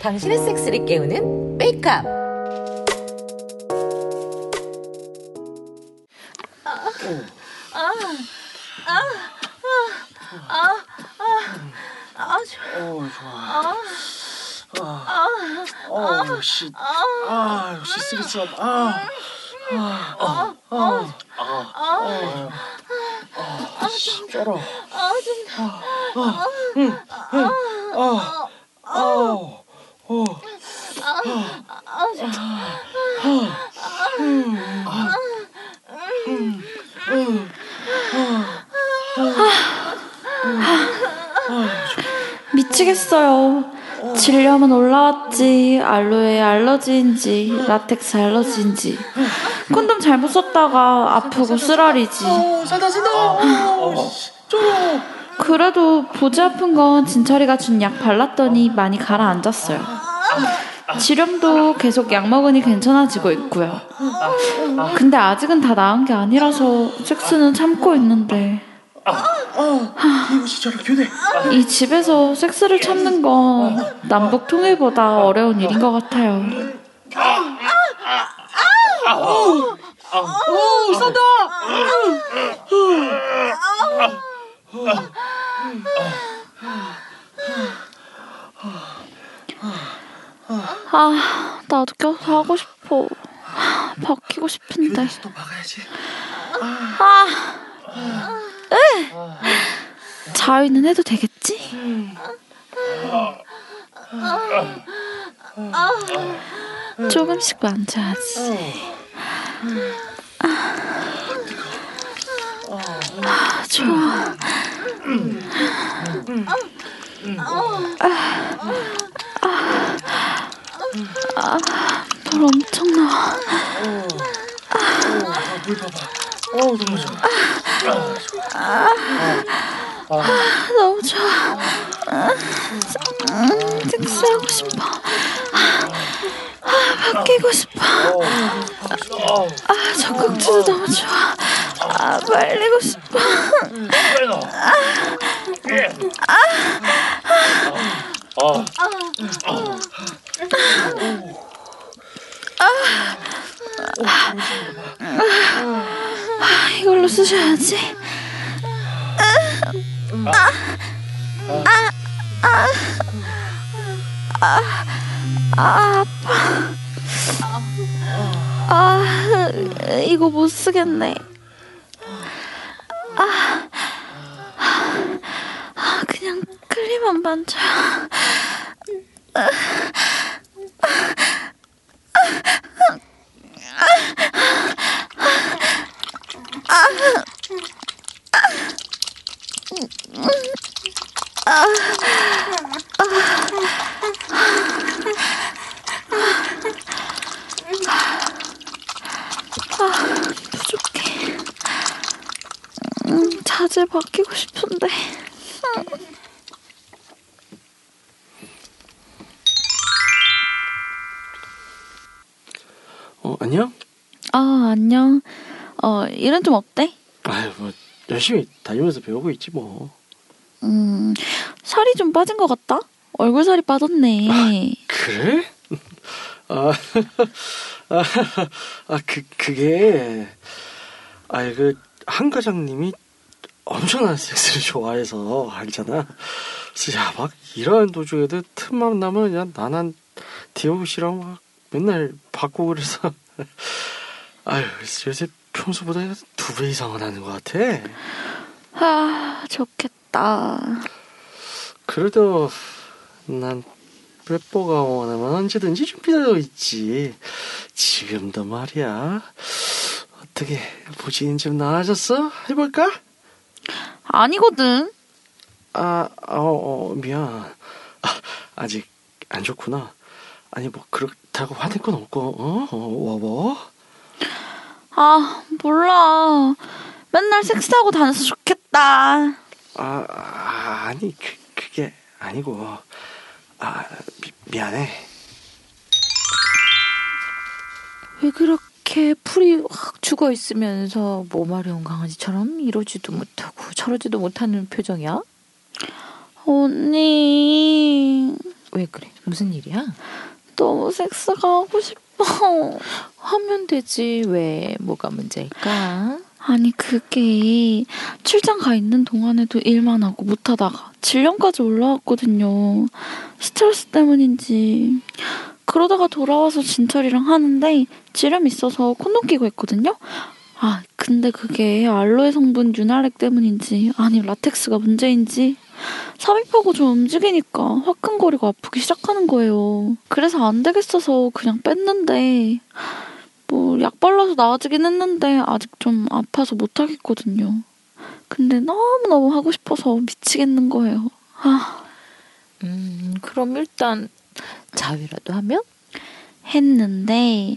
당신의 섹스를 깨우는 메이크업. 아, 좋아. 어우 좋아. 아. 어우 씨. 아, 씨 쓰리썸. 아. 아. 아. 아. 아. 아. 씨, 쩔어. 아, 좀, 아. 아우. 어. 아, 좀, 미치겠어요. 질염은 올라왔지, 알로에 알러지인지, 라텍스 알러지인지, 콘돔 잘못 썼다가 아프고 쓰라리지. 어, 산다 산다. 어우 씨. 쩔어. 그래도 보지 아픈 건 진철이가 준 약 발랐더니 많이 가라앉았어요. 지렴도 계속 약 먹으니 괜찮아지고 있고요. 근데 아직은 다 나은 게 아니라서 섹스는 참고 있는데 어. 이곳이 저렇게 교대. 이 집에서 섹스를 참는 건 남북 통일보다 어려운 일인 것 같아요. 오, 산다. 아, 나도 껴서 하고 싶어. 아, 바뀌고 싶은데. 교대에서 또 막아야지. 아, 으! 자위는 해도 되겠지? 조금씩 만져야지. 아, 좋아. 돌 엄청 나와. 아, 물 봐봐. 어우 너무 좋아. 너무 좋아. 음, 섹스하고 싶어. 아, 바뀌고 싶어. 아, 적극주도 너무 좋아. 아, 말리고 싶어. 아, 이걸로 쑤셔야지. 아, 아, 이거 못 쓰겠네. 아, 아, 그냥 클리만 만져. 부족해. 음, 자질 바뀌고 싶은데. 어 안녕. 아, 안녕. 어, 일은 좀 어때? 아유 뭐 열심히 다니면서 배우고 있지 뭐. 음, 살이 좀 빠진 것 같다? 얼굴 살이 빠졌네. 그래? 아, 아, 아, 그, 그게, 아, 그, 한 과장님이 엄청난 섹스를 좋아해서 알잖아. 그래서 야, 막, 이러한 도중에도 틈만 나면 그냥 나난 디오고 씨랑 막 맨날 바꾸고 그래서. 아유, 요새 평소보다 두 배 이상은 하는 것 같아. 아, 좋겠다. 그래도 난 뽀뽀가 원하면 언제든지 준비되어 있지. 지금도 말이야. 어떻게 보지인 좀 나아졌어? 해볼까? 아니거든. 아, 어, 어 미안. 아, 아직 안 좋구나. 아니 뭐 그렇다고 화낼 건 없고, 어, 어 워워. 아, 몰라. 맨날 섹스하고 다녀서 좋겠다. 아, 아, 아니 그, 그게 아니고, 아 미, 미안해. 왜 그렇게 이렇게 풀이 확 죽어 있으면서 모마려운 강아지처럼 이러지도 못하고 저러지도 못하는 표정이야? 언니, 왜 그래? 무슨 일이야? 너무 섹스가 하고 싶어. 하면 되지 왜 뭐가 문제일까? 아니, 그게 출장 가 있는 동안에도 일만 하고 못하다가 질령까지 올라왔거든요. 스트레스 때문인지. 그러다가 돌아와서 진철이랑 하는데 지름 있어서 콘돔 끼고 했거든요. 아, 근데 그게 알로에 성분 윤활액 때문인지 아니 라텍스가 문제인지 삽입하고 좀 움직이니까 화끈거리고 아프기 시작하는 거예요. 그래서 안 되겠어서 그냥 뺐는데 뭐 약 발라서 나아지긴 했는데 아직 좀 아파서 못 하겠거든요. 근데 너무너무 하고 싶어서 미치겠는 거예요. 아, 음 그럼 일단 자위라도 하면? 했는데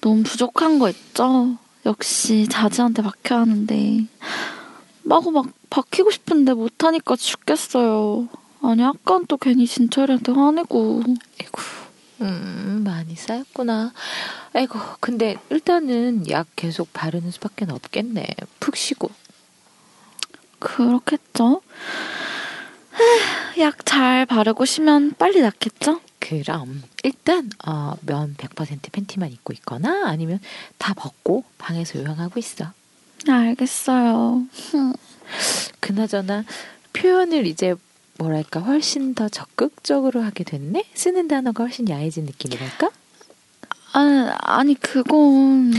너무 부족한 거 있죠? 역시 자지한테 박혀 하는데 마구 막 박히고 싶은데 못 하니까 죽겠어요. 아니 아까는 또 괜히 진철이한테 화내고 아이고 음 많이 쌓였구나. 아이고 근데 일단은 약 계속 바르는 수밖에 없겠네. 푹 쉬고 그렇겠죠? 약 잘 바르고 쉬면 빨리 낫겠죠? 그럼 일단 어, 면 100% 팬티만 입고 있거나 아니면 다 벗고 방에서 요양하고 있어. 알겠어요. 그나저나 표현을 이제 뭐랄까 훨씬 더 적극적으로 하게 됐네. 쓰는 단어가 훨씬 야해진 느낌이랄까. 아, 아니 그건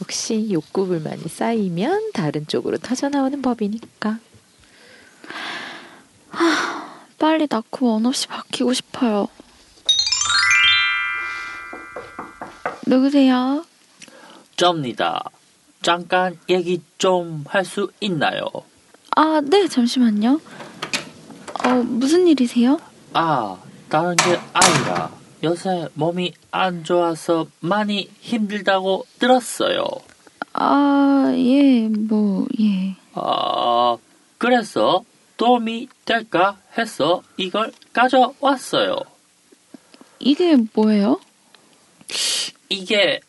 역시 욕구 불만이 쌓이면 다른 쪽으로 터져 나오는 법이니까. 빨리 낳고 원 없이 바뀌고 싶어요. 누구세요? 접니다. 잠깐 얘기 좀 할 수 있나요? 아, 네, 잠시만요. 어, 무슨 일이세요? 아, 다른 게 아니라 요새 몸이 안 좋아서 많이 힘들다고 들었어요. 아, 예, 뭐, 예. 아, 그래서 도움이 될까 해서 이걸 가져왔어요. 이게 뭐예요? 이게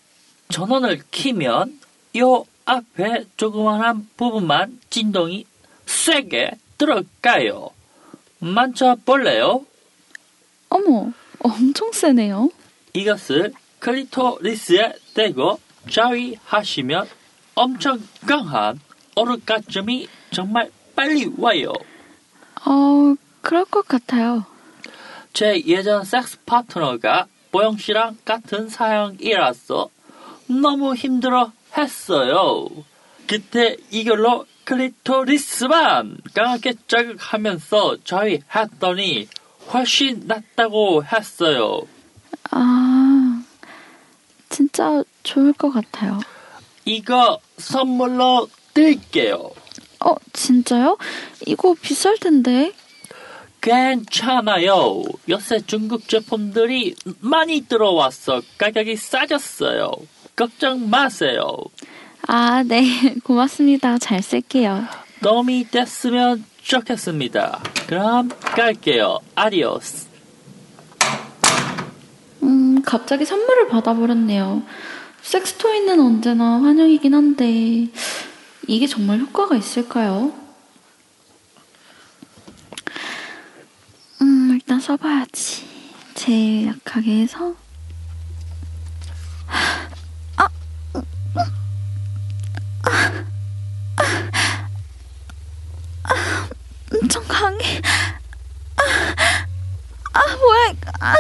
전원을 키면 요 앞에 조그만한 부분만 진동이 세게 들어가요. 만져볼래요? 어머, 엄청 세네요. 이것을 클리토리스에 대고 자위하시면 엄청 강한 오르가즘이 정말 빨리 와요. 어, 그럴 것 같아요. 제 예전 섹스 파트너가 보영 씨랑 같은 사양이라서 너무 힘들어 했어요. 그때 이걸로 클리토리스만 강하게 자극하면서 자위했더니 훨씬 낫다고 했어요. 아, 진짜 좋을 것 같아요. 이거 선물로 드릴게요. 어, 진짜요? 이거 비쌀 텐데. 괜찮아요. 요새 중국 제품들이 많이 들어와서 가격이 싸졌어요. 걱정 마세요. 아, 네. 고맙습니다. 잘 쓸게요. 도움이 됐으면 좋겠습니다. 그럼 갈게요. 아디오스. 음, 갑자기 선물을 받아버렸네요. 섹스토이는 언제나 환영이긴 한데, 이게 정말 효과가 있을까요? 음, 일단 써봐야지. 제일 약하게 해서. 아! 아! 아! 아! 아! 엄청 강해. 아, 아 뭐야. 이거. 아!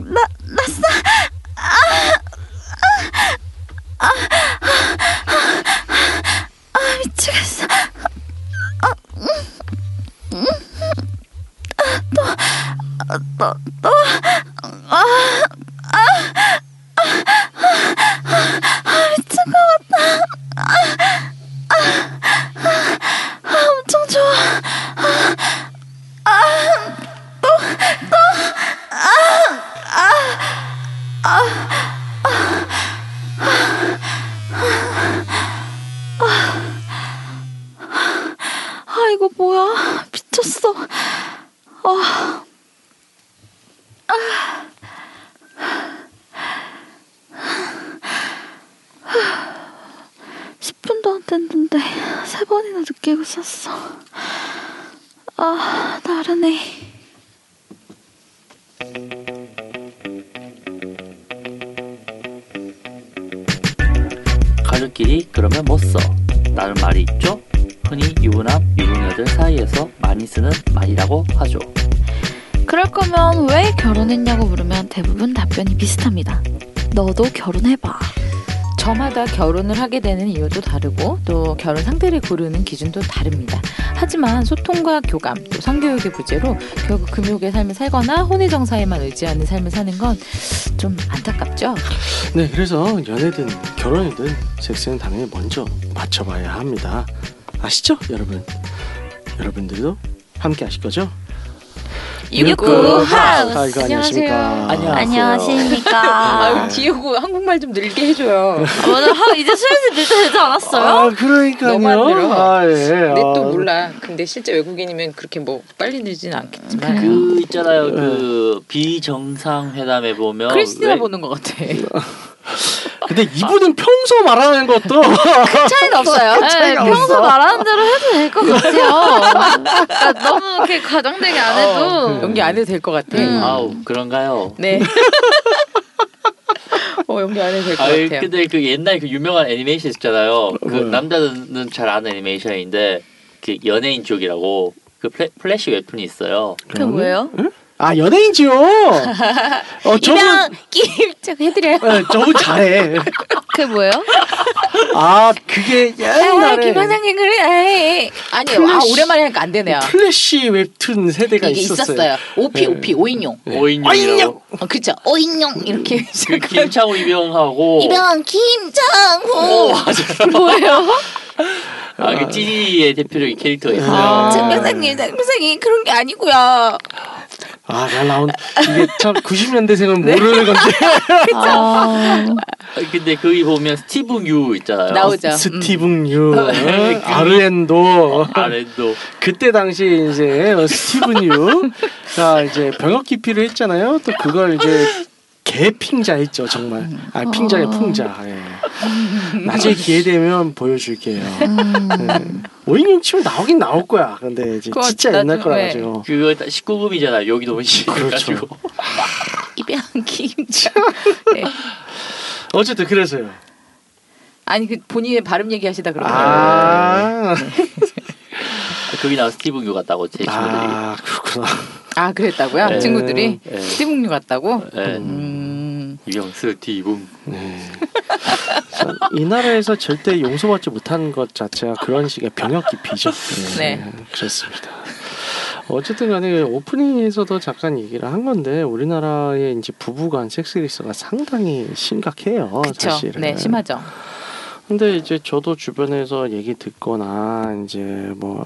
나, 났어. 아, 아, 아, 아, 아, 아, 미치겠어. 아, 음, 음, 아, 또, 아, 또, 또, 아, 아, 아, 아, 아, 아, 미칠 것 같아. 아, 아, 아, 아, 엄청 좋아. 아, 아, 또, 또, 아. 아 이거 뭐야 미쳤어 아. 아. 10분도 안 됐는데 세 번이나 늦게 웃었어. 아, 나른해. 가족끼리 그러면 못 써. 라는 말이 있죠? 흔히 유부남, 유부녀들 사이에서 많이 쓰는 말이라고 하죠. 그럴 거면 왜 결혼했냐고 물으면 대부분 답변이 비슷합니다. 너도 결혼해봐. 저마다 결혼을 하게 되는 이유도 다르고 또 결혼 상대를 고르는 기준도 다릅니다. 하지만 소통과 교감, 또 성교육의 부재로 결국 금욕의 삶을 살거나 혼의 정사에만 의지하는 삶을 사는 건 좀 안타깝죠. 네, 그래서 연애든 결혼이든 섹스는 당연히 먼저 맞춰봐야 합니다. 아시죠, 여러분? 여러분들도 함께 아실 거죠? 육구 하우스. 아이고, 안녕하십니까. 안녕하세요. 안녕하십니까. 아유 귀여고 한국말 좀 늘게 해줘요. 맞아, 하, 이제 슬슬 늘도 되지 않았어요? 아, 그러니까요. 너만 들어. 아, 예. 근데 또 아, 몰라. 근데 실제 외국인이면 그렇게 뭐 빨리 늘지는 않겠지만 그 있잖아요. 그 비정상회담에 보면 크리스티나 어, 왜- 보는 것 같아. 근데 이분은 평소 말하는 것도 차이는 없어요. 네, 평소 말하는 대로 해도 될 것 같아요. 그러니까 너무 이렇게 과장되게 안 해도. 어, 어. 그 연기 안 해도 될 것 같아. 어, 음. 아우 그런가요? 네. 어 연기 안 해도 될 것 아 같아요. 근데 그 옛날 그 유명한 애니메이션 있잖아요. 그 뭐요? 남자들은 잘 아는 애니메이션인데 그 연예인 쪽이라고 그 플래, 플래시 웹툰이 있어요. 그게 뭐예요? 아 연예인지요. 어 저분 입장 해드려요. 네, 저분 잘해. 그게 뭐예요? 아 그게 옛날에 그래. 아니 아, 플래시- 오랜만에 하니까 안 되네요. 플래시 웹툰 세대가 이게 있었어요. 있었어요. 오피 네. 오피 오인용. 오인용이라고. 어, 그죠. 오인용 이렇게 그 김창호 이병하고 이병 어, 김장호 뭐예요? 아그 찌리의 대표적인 캐릭터가 아. 있어요. 선생님 아. 선생님 그런 게 아니고요 아잘 나온 이게 참 90년대생은 네. 모르는 건데 아, 아, 근데 거기 보면 스티븐 유 있잖아요. 나오죠. 음. 어, 네, 그죠. 스티븐 유, 어? 그- 아르엔도 아래도 그때 당시 이제 어, 스티븐 유가 이제 병역 기피를 했잖아요. 또 그걸 이제 개핑자 했죠 정말. 아 핑자의 어. 풍자. 예. 나중에 기회 되면 보여줄게요. 네. 오인용 치면 나오긴 나올 거야. 근데 이제 그거 진짜 나중에- 옛날 거라 가지고. 그거 다 19금이잖아. 여기도 그렇죠. 그렇죠. 입양 김장. 네. 어쨌든 그래서요. 아니 그 본인의 발음 얘기하시다 그러고. 아, 거기 나온 스티븐 유 같다고 네. 제 친구들이. 아 그렇구나. 아 그랬다고요? 네. 친구들이 네. 스티븐류 같다고. 예. 음. 이병 스티븐. 네. 참이 나라에서 절대 용서받지 못한 것 자체가 그런 식의 병역 기피죠. 네. 그렇습니다. 어쨌든 간에 그 오프닝에서도 잠깐 얘기를 한 건데 우리나라의 이제 부부간 섹스리스가 상당히 심각해요. 그쵸. 사실은. 네 심하죠. 근데 이제 저도 주변에서 얘기 듣거나 이제 뭐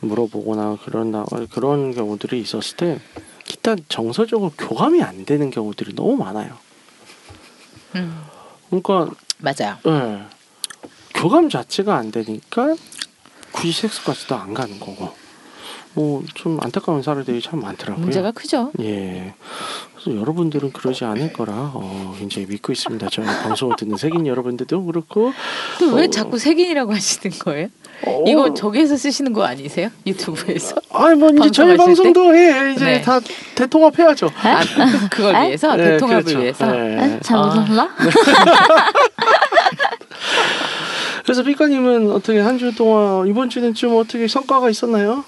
물어보거나 그런다 그런 경우들이 있었을 때 일단 정서적으로 교감이 안 되는 경우들이 너무 많아요. 음. 그러니까 맞아요. 예. 교감 자체가 안 되니까 굳이 섹스까지도 안 가는 거고. 뭐 좀 안타까운 사례들이 참 많더라고요. 문제가 크죠. 예. 그래서 여러분들은 그러지 않을 거라 어, 굉장히 믿고 있습니다. 저희 방송을 듣는 색인 여러분들도 그렇고 근데 왜 어. 자꾸 색인이라고 하시는 거예요? 어, 이거 저기에서 쓰시는 거 아니세요? 유튜브에서? 아니 뭐 이제 방송할 저희 방송도 예, 이제 네. 다 대통합해야죠. 아, 그걸 위해서 예, 대통합을 그렇죠. 위해서. 네? 예. 네, 잘 몰라? 그래서 피카님은 어떻게 한 주 동안 이번 주는 좀 어떻게 성과가 있었나요?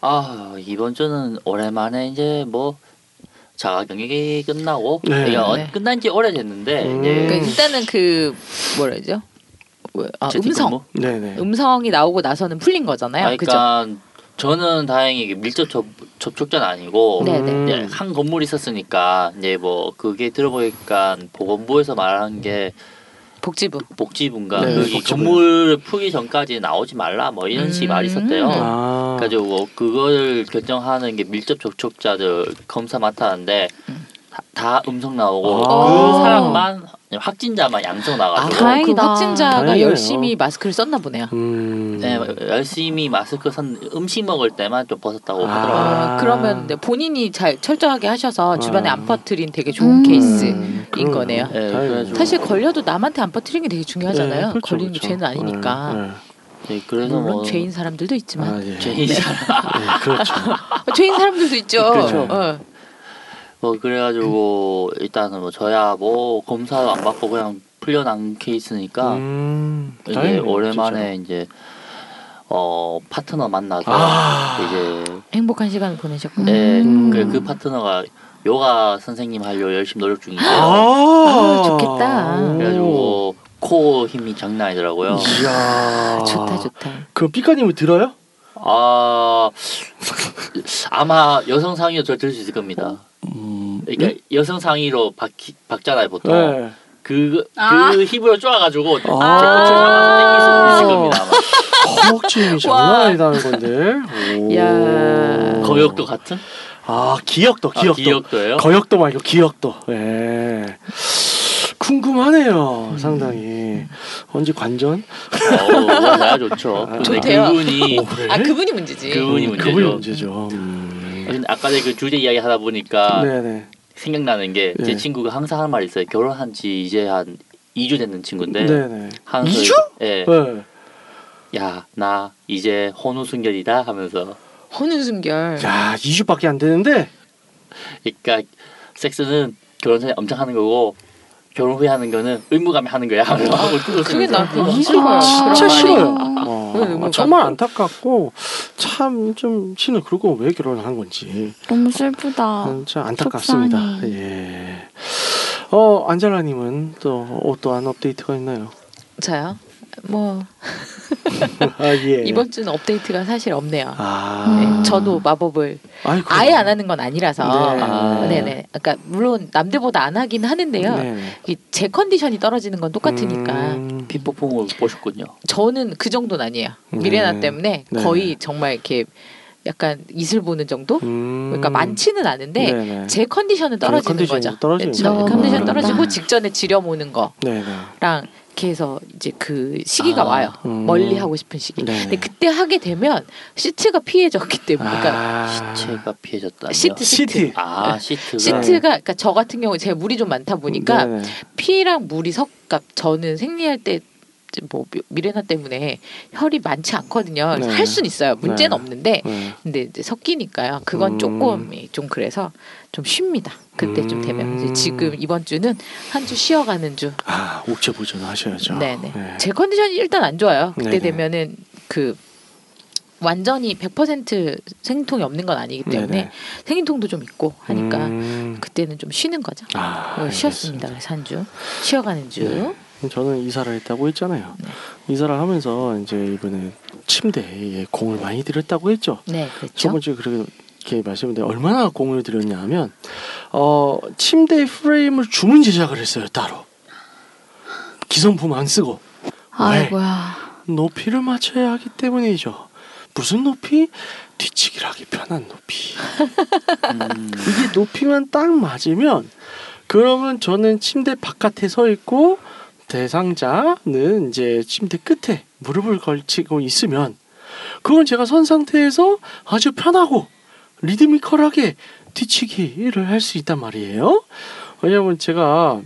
아 이번 주는 오랜만에 이제 뭐 자가 경력이 끝나고 네. 이게 어- 네. 끝난 지 오래됐는데 음. 이제 그러니까 일단은 그 뭐라 그러죠? 뭐, 아, 음성 재택근무? 네네. 음성이 나오고 나서는 풀린 거잖아요. 아, 그죠? 그러니까 저는 다행히 이게 밀접 접, 접촉자는 아니고 네, 음. 네. 이제 한 건물 있었으니까 이제 뭐 그게 들어보니까 보건부에서 말한 게 복지부. 복지부인가 네, 거기 복지부요. 건물 풀기 전까지 나오지 말라 뭐 이런 식이 말이 있었대요. 음. 아. 뭐 그래가지고 그걸 결정하는 게 밀접 접촉자들 검사 맡았는데 다, 다 음성 나오고 아. 그 사람만 확진자만 양성 나가지고 그 다행이다. 확진자가 다행이네요. 열심히 마스크를 썼나 보네요. 음. 네, 열심히 마스크 선 음식 먹을 때만 좀 벗었다고 아. 하더라고요. 어, 그러면 네, 본인이 잘 철저하게 하셔서 주변에 아. 안 퍼뜨린 되게 좋은 음. 케이스인 그러네요. 거네요. 네, 다행이네요. 그래가지고 사실 걸려도 남한테 안 퍼뜨리는 게 되게 중요하잖아요. 네, 그렇죠, 걸리는 게 그렇죠. 죄는 아니니까. 음, 네, 네. 네, 그래서 물론 뭐 죄인 사람들도 있지만 아, 예. 죄인 사람 네, 그렇죠. 어, 죄인 사람들도 있죠. 그렇죠. 어. 뭐 그래가지고 일단은 뭐 저야 뭐 검사도 안 받고 그냥 풀려난 그러니까 케이스니까 음, 이제 다행이네요, 오랜만에 이제 어 파트너 만나서 아. 이제 행복한 시간을 보내셨고. 네, 음. 그, 그 파트너가 요가 선생님 하려고 열심히 노력 진짜. 중이에요. 아, 좋겠다. 오. 음. 그래가지고 코 힘이 장난 아니더라고요. 이야. 좋다 좋다. 그럼 삐까님을 들어요? 아 아마 여성 상의로 저를 들을 수 있을 겁니다. 그러니까 여성 상의로 박, 박잖아요 보통. 음. 네. 그, 그 아. 힘으로 쪼아가지고 제 아. 코치를 잡아서 당길 수 있을 겁니다. 아마. 허벅지 장난 아니다는 건데. 오. 야. 거역도 같은? 아 기억도 아, 기억도. 기억도예요? 거역도 말고 기억도. 예. 음. 궁금하네요, 상당히. 언제 관전? 어우, 나야 아. 좋죠. 근데 좋대요. 그분이 아 그분이 문제지. 그분이 문제죠. 네. 그분이 문제죠. 음. 근데 아까 전에 그 주제 이야기 하다 아, 보니까 네네. 생각나는 게 제 네. 친구가 항상 하는 말이 있어요. 결혼한 지 이제 한 2주 됐는 친구인데 네네. 항상 2주? 예. 네. 야, 나 이제 혼우순결이다 하면서 혼운순결. 야, 2주밖에 안 되는데. 그러니까 섹스는 결혼 전에 엄청 하는 거고 결혼 후에 하는 거는 의무감에 하는 거야. 하면서 하고 웃으면서. 그게 나 그거 이거 싫어요. 아, 진짜 그런 말이. 싫어요. 왜 의무가? 어, 정말 안타깝고 참 좀 신은 그러고 왜 결혼을 한 건지 너무 아, 슬프다. 참 안타깝습니다. 속상해. 예. 어 안젤라님은 또 어떠한 업데이트가 있나요? 자요. 뭐 아 예. 이번 주는 업데이트가 사실 없네요. 아 네, 저도 마법을 아이, 그럼. 아예 안 하는 건 아니라서. 네. 아. 네네. 그러니까 물론 남들보다 안 하긴 하는데요. 네네. 이제 컨디션이 떨어지는 건 똑같으니까 음, 핏폭풍을 보셨군요. 저는 그 정도는 아니에요. 네. 미레나 때문에 네. 거의 정말 이렇게 약간 이슬 보는 정도? 음. 그러니까 많지는 않은데 네네. 제 컨디션은 떨어지는 컨디션이 거죠. 떨어지는 제 거구나. 네. 컨디션 떨어지고 그렇구나. 직전에 지려 모는 거랑 네네. 이렇게 해서 이제 그 시기가 아, 와요. 음. 멀리 하고 싶은 시기. 네네. 근데 그때 하게 되면 시트가 피해졌기 때문에 그러니까 아. 제가 피해졌다. 시트 시트. 시티. 아, 시트가 시트가 그러니까 저 같은 경우 제가 물이 좀 많다 보니까 네. 네네. 피랑 물이 섞, 그러니까 저는 생리할 때 뭐 미레나 때문에 혈이 많지 않거든요. 그래서 네. 할 수는 있어요. 문제는 네. 없는데 네. 근데 이제 섞이니까요. 그건 음. 조금 좀 그래서 좀 쉽니다. 그때 좀 되면 이제 음. 지금 이번 주는 한 주 쉬어가는 주. 아 옥체 보존 하셔야죠. 네네. 네. 제 컨디션이 일단 안 좋아요. 그때 네네. 되면은 그 완전히 100% 생통이 없는 건 아니기 때문에 네네. 생리통도 좀 있고 하니까 음. 그때는 좀 쉬는 거죠. 아, 어, 쉬었습니다. 그래서 한 주. 쉬어가는 주. 네. 저는 이사를 했다고 했잖아요. 네. 이사를 하면서 이제 이번에 침대에 공을 많이 들였다고 했죠. 네, 첫 그렇죠. 번째 그렇게 말씀드렸는데 얼마나 공을 들였냐면 어, 침대 프레임을 주문 제작을 했어요 따로. 기성품 안 쓰고 아이고야. 높이를 맞춰야 하기 때문이죠. 무슨 높이? 뒤치기를 하기 편한 높이. 음, 이게 높이만 딱 맞으면 그러면 저는 침대 바깥에 서 있고 대상자는 이제 침대 끝에 무릎을 걸치고 있으면 그건 제가 선 상태에서 아주 편하고 리드미컬하게 뒤치기를 할 수 있단 말이에요. 왜냐하면 제가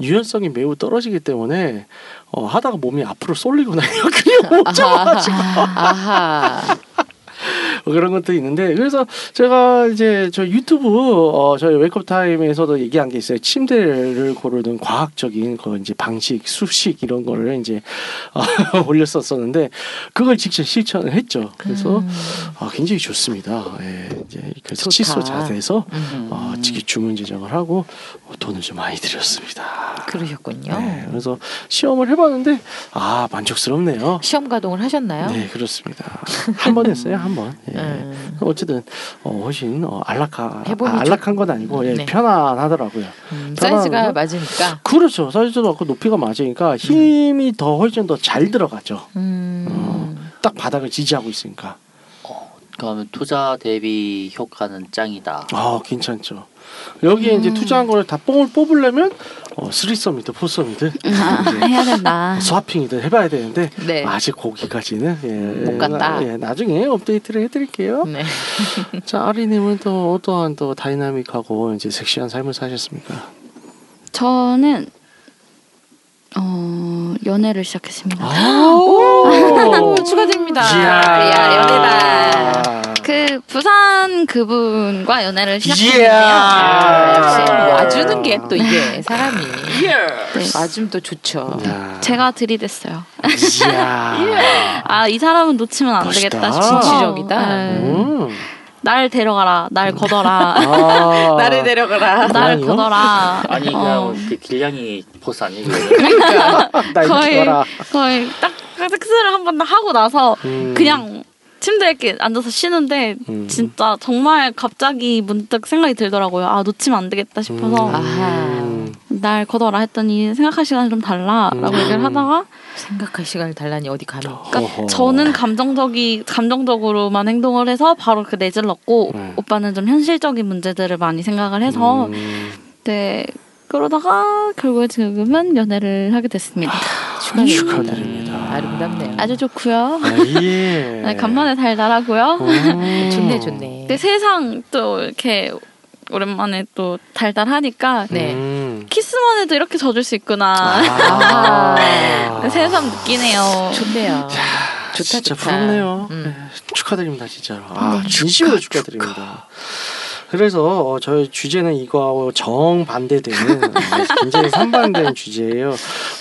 유연성이 매우 떨어지기 때문에 어, 하다가 몸이 앞으로 쏠리거나 그냥 뭐 못 잡아가지고 아하. 뭐 그런 것들이 있는데 그래서 제가 이제 저 유튜브 어 저희 웨이크업 타임에서도 얘기한 게 있어요. 침대를 고르는 과학적인 그 이제 방식, 수식 이런 거를 이제 어, 올렸었었는데 그걸 직접 실천을 했죠. 그래서 음. 아, 굉장히 좋습니다. 예. 이제 음. 그래서 좋다. 칫솔 자세에서 음, 어, 직접 주문 제작을 하고 어, 돈을 좀 많이 들였습니다. 그러셨군요. 네, 그래서 시험을 해봤는데 아 만족스럽네요. 시험 가동을 하셨나요? 네 그렇습니다. 한 번 했어요 한 번. 네. 예. 음. 어쨌든 어, 훨씬 어, 안락하, 해보니 아, 안락한 건 아니고 예, 네. 편안하더라고요. 음, 편안한 사이즈가 거? 맞으니까. 그렇죠. 사이즈도 맞고 높이가 맞으니까 힘이 음. 더 훨씬 더 잘 들어가죠. 음. 딱 바닥을 지지하고 있으니까. 그러면 투자 대비 효과는 짱이다. 아 괜찮죠. 여기에 음. 이제 투자한 걸 다 뽕을 뽑으려면 어, 쓰리썸이든 포썸이든 음, 아, 이제 해야 된다. 스와핑이든 해봐야 되는데 음. 네. 아직 거기까지는 예, 못 갔다. 나, 예, 나중에 업데이트를 해드릴게요. 네. 자 아리님은 또 어떠한 또 다이나믹하고 이제 섹시한 삶을 사셨습니까? 저는 어 연애를 시작했습니다. 아, 오! 아, 축하드립니다. 이야, 네, 그 부산 그분과 연애를 시작했는데요. 이야. 네, 역시 뭐 역시 와주는 게 또 이게 사람이 네, 와주면 또 아. 좋죠. 네. 이야. 제가 들이댔어요. 이야. 아 이 사람은 놓치면 안 멋있다. 되겠다. 진취적이다. 네. 음. 날 데려가라. 날 거더라. 아. 데려가라. 날 고양이요? 거더라. 아니 그냥 어, 그 길냥이 포스 아니에요? 나 거의 이겨라. 거의 딱 섹스를 한 번 하고 나서 음. 그냥 침대에 이렇게 앉아서 쉬는데 음. 진짜 정말 갑자기 문득 생각이 들더라고요. 아 놓치면 안 되겠다 싶어서 음. 아하. 날 거더라 했더니 생각할 시간이 좀 달라라고 음. 얘기를 하다가 생각할 시간을 달라니 어디 가면. 그러니까 어허. 저는 감정적이 감정적으로만 행동을 해서 바로 그 내질렀고 네. 오빠는 좀 현실적인 문제들을 많이 생각을 해서 음. 네 그러다가 결국에 지금은 연애를 하게 됐습니다. 아. 음. 축하드립니다. 아름답네요. 아주 좋고요. 아, 예. 네, 간만에 달달하고요. 음. 좋네 좋네. 근데 세상 또 이렇게 오랜만에 또 달달하니까 네. 음. 키스만 해도 이렇게 젖을 수 있구나. 아. 네, 새삼 느끼네요. 좋네요. 좋다 진짜 좋다. 부럽네요. 음. 예, 축하드립니다, 진짜로. 아, 진심으로 축하드립니다. 그래서 어, 저희 주제는 이거하고 정 반대되는 어, 굉장히 상반된 주제예요.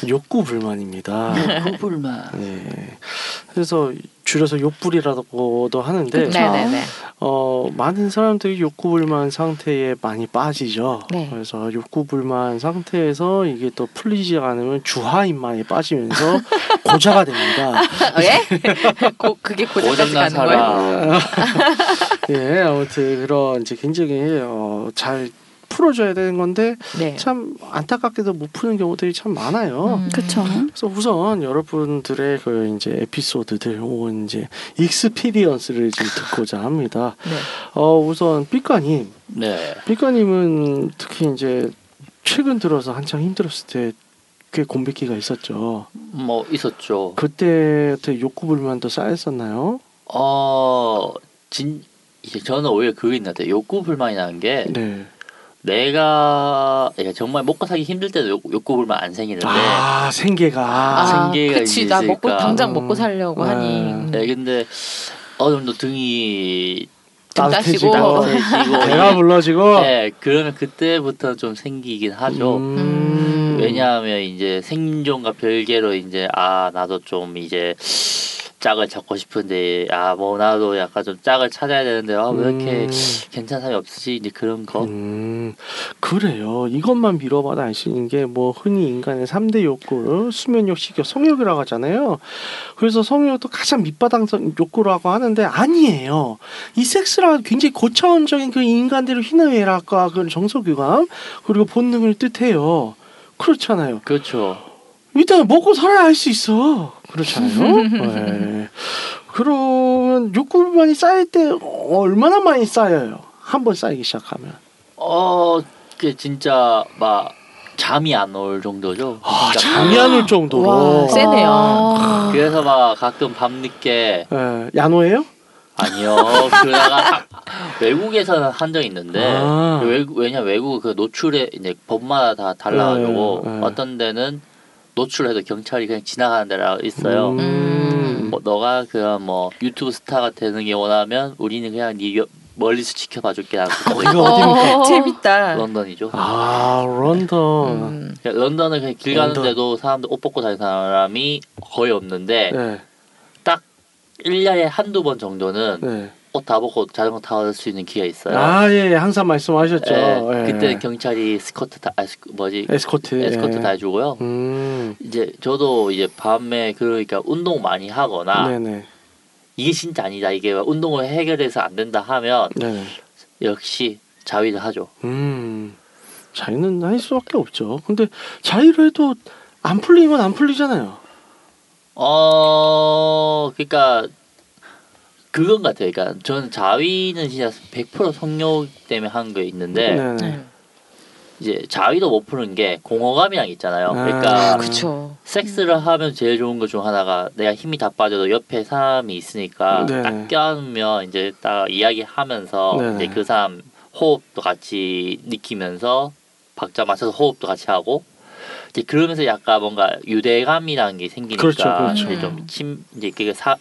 욕구 불만입니다. 그 구불만. 네. 그래서 줄여서 욕불이라고도 하는데 그쵸. 네네네. 어, 많은 사람들이 욕구 불만 상태에 많이 빠지죠. 네. 그래서 욕구 불만 상태에서 이게 또 풀리지 않으면 주하인만에 빠지면서 고자가 됩니다. 예? 고, 그게 고장까지 고장난 가는 거예요? 사람. 예, 아무튼 그런 이제 굉장히 어, 잘 풀어줘야 되는 건데 예. 네. 참 안타깝게도 못 푸는 경우들이 참 많아요. 음. 그쵸. 그래서 우선 여러분들의 그 이제 에피소드들 혹은 이제 익스피리언스를 좀 듣고자 합니다. 네. 어, 우선 삐까님, 네. 삐까님은 특히 이제 최근 들어서 한창 힘들었을 때 꽤 곰백기가 있었죠. 뭐 있었죠. 그때 어떻게 욕구불만도 쌓였었나요? 어, 진 이제 저는 오히려 그게 있는데 욕구 불만이라는 게 네. 내가 예, 정말 먹고 살기 힘들 때도 욕, 욕구 불만 안 생기는데 아 생계가. 아, 생계가 그치 이제 나 먹고 있으니까. 당장 먹고 살려고 음. 하니. 음. 예, 근데 어느 정도 등이 좀 따시고. 따뜻해지고. 따뜻해지고 배가 불러지고. 예, 그러면 그때부터 좀 생기긴 하죠. 어. 음. 왜냐하면 이제 생존과 별개로 이제 아 나도 좀 이제 짝을 찾고 싶은데 아 뭐 나도 약간 좀 짝을 찾아야 되는데 아 왜 이렇게 어? 음. 괜찮은 사람이 없지 이제 그런 거. 음, 그래요. 이것만 밀어봐도 아시는 게 뭐 흔히 인간의 삼대 욕구, 수면욕, 식욕, 성욕이라고 하잖아요. 그래서 성욕도 가장 밑바닥 욕구라고 하는데 아니에요. 이 섹스라는 굉장히 고차원적인 그 인간대로 희노애락과 그 정서규감 그리고 본능을 뜻해요. 그렇잖아요. 그렇죠. 일단 먹고 살아야 할 수 있어. 그렇잖아요. 네. 그러면 욕구만이 쌓일 때 얼마나 많이 쌓여요? 한 번 쌓이기 시작하면. 어, 그 진짜 막 잠이 안 올 정도죠. 아, 진짜. 잠이 안 올 정도로. 와 어. 세네요. 그래서 막 가끔 밤 늦게 예, 야노예요? 아니요. 그러다가 하- 외국에서는 한적 있는데 아. 외, 왜냐 외국 그 노출에 이제 법마다 다 달라가지고 네, 네. 어떤 데는 노출해도 경찰이 그냥 지나가는 데라 있어요. 음. 뭐 너가 그런 뭐 유튜브 스타가 되는 게 원하면 우리는 그냥 네 옆- 멀리서 지켜봐줄게 하고 아, 이거 어디입니까? 재밌다. 음. 런던이죠. 아, 런던. 음. 그러니까 런던은 그냥 길 런던. 가는데도 사람들 옷 벗고 다니는 사람이 거의 없는데 네, 일년에 한두 번 정도는 네. 옷 다 벗고 자전거 탈 수 있는 기회가 있어요. 아, 예, 항상 말씀하셨죠. 예, 예. 그때 경찰이 스커트 다 아, 스- 뭐지 에스코트. 에스코트 예. 다 해주고요. 음. 이제 저도 이제 밤에 그러니까 운동 많이 하거나 네네. 이게 진짜 아니다 이게 운동을 해결해서 안 된다 하면 네네. 역시 자위를 하죠. 음. 자유는 할 수밖에 없죠. 근데 자유를 해도 안 풀리면 안 풀리잖아요. 어 그러니까 그건 같아요. 그러니까 저는 자위는 진짜 100% 성욕 때문에 한 게 있는데 네. 이제 자위도 못 푸는 게 공허감이랑 있잖아요. 그러니까 아. 그쵸. 음. 섹스를 하면 제일 좋은 것 중 하나가 내가 힘이 다 빠져도 옆에 사람이 있으니까 네. 딱 껴안으면 이제 딱 이야기하면서 네. 이제 그 사람 호흡도 같이 느끼면서 박자 맞춰서 호흡도 같이 하고 이제 그러면서 약간 뭔가 유대감이라는 게 생기니까 그렇죠, 그렇죠. 이제 좀침 이제 그게 사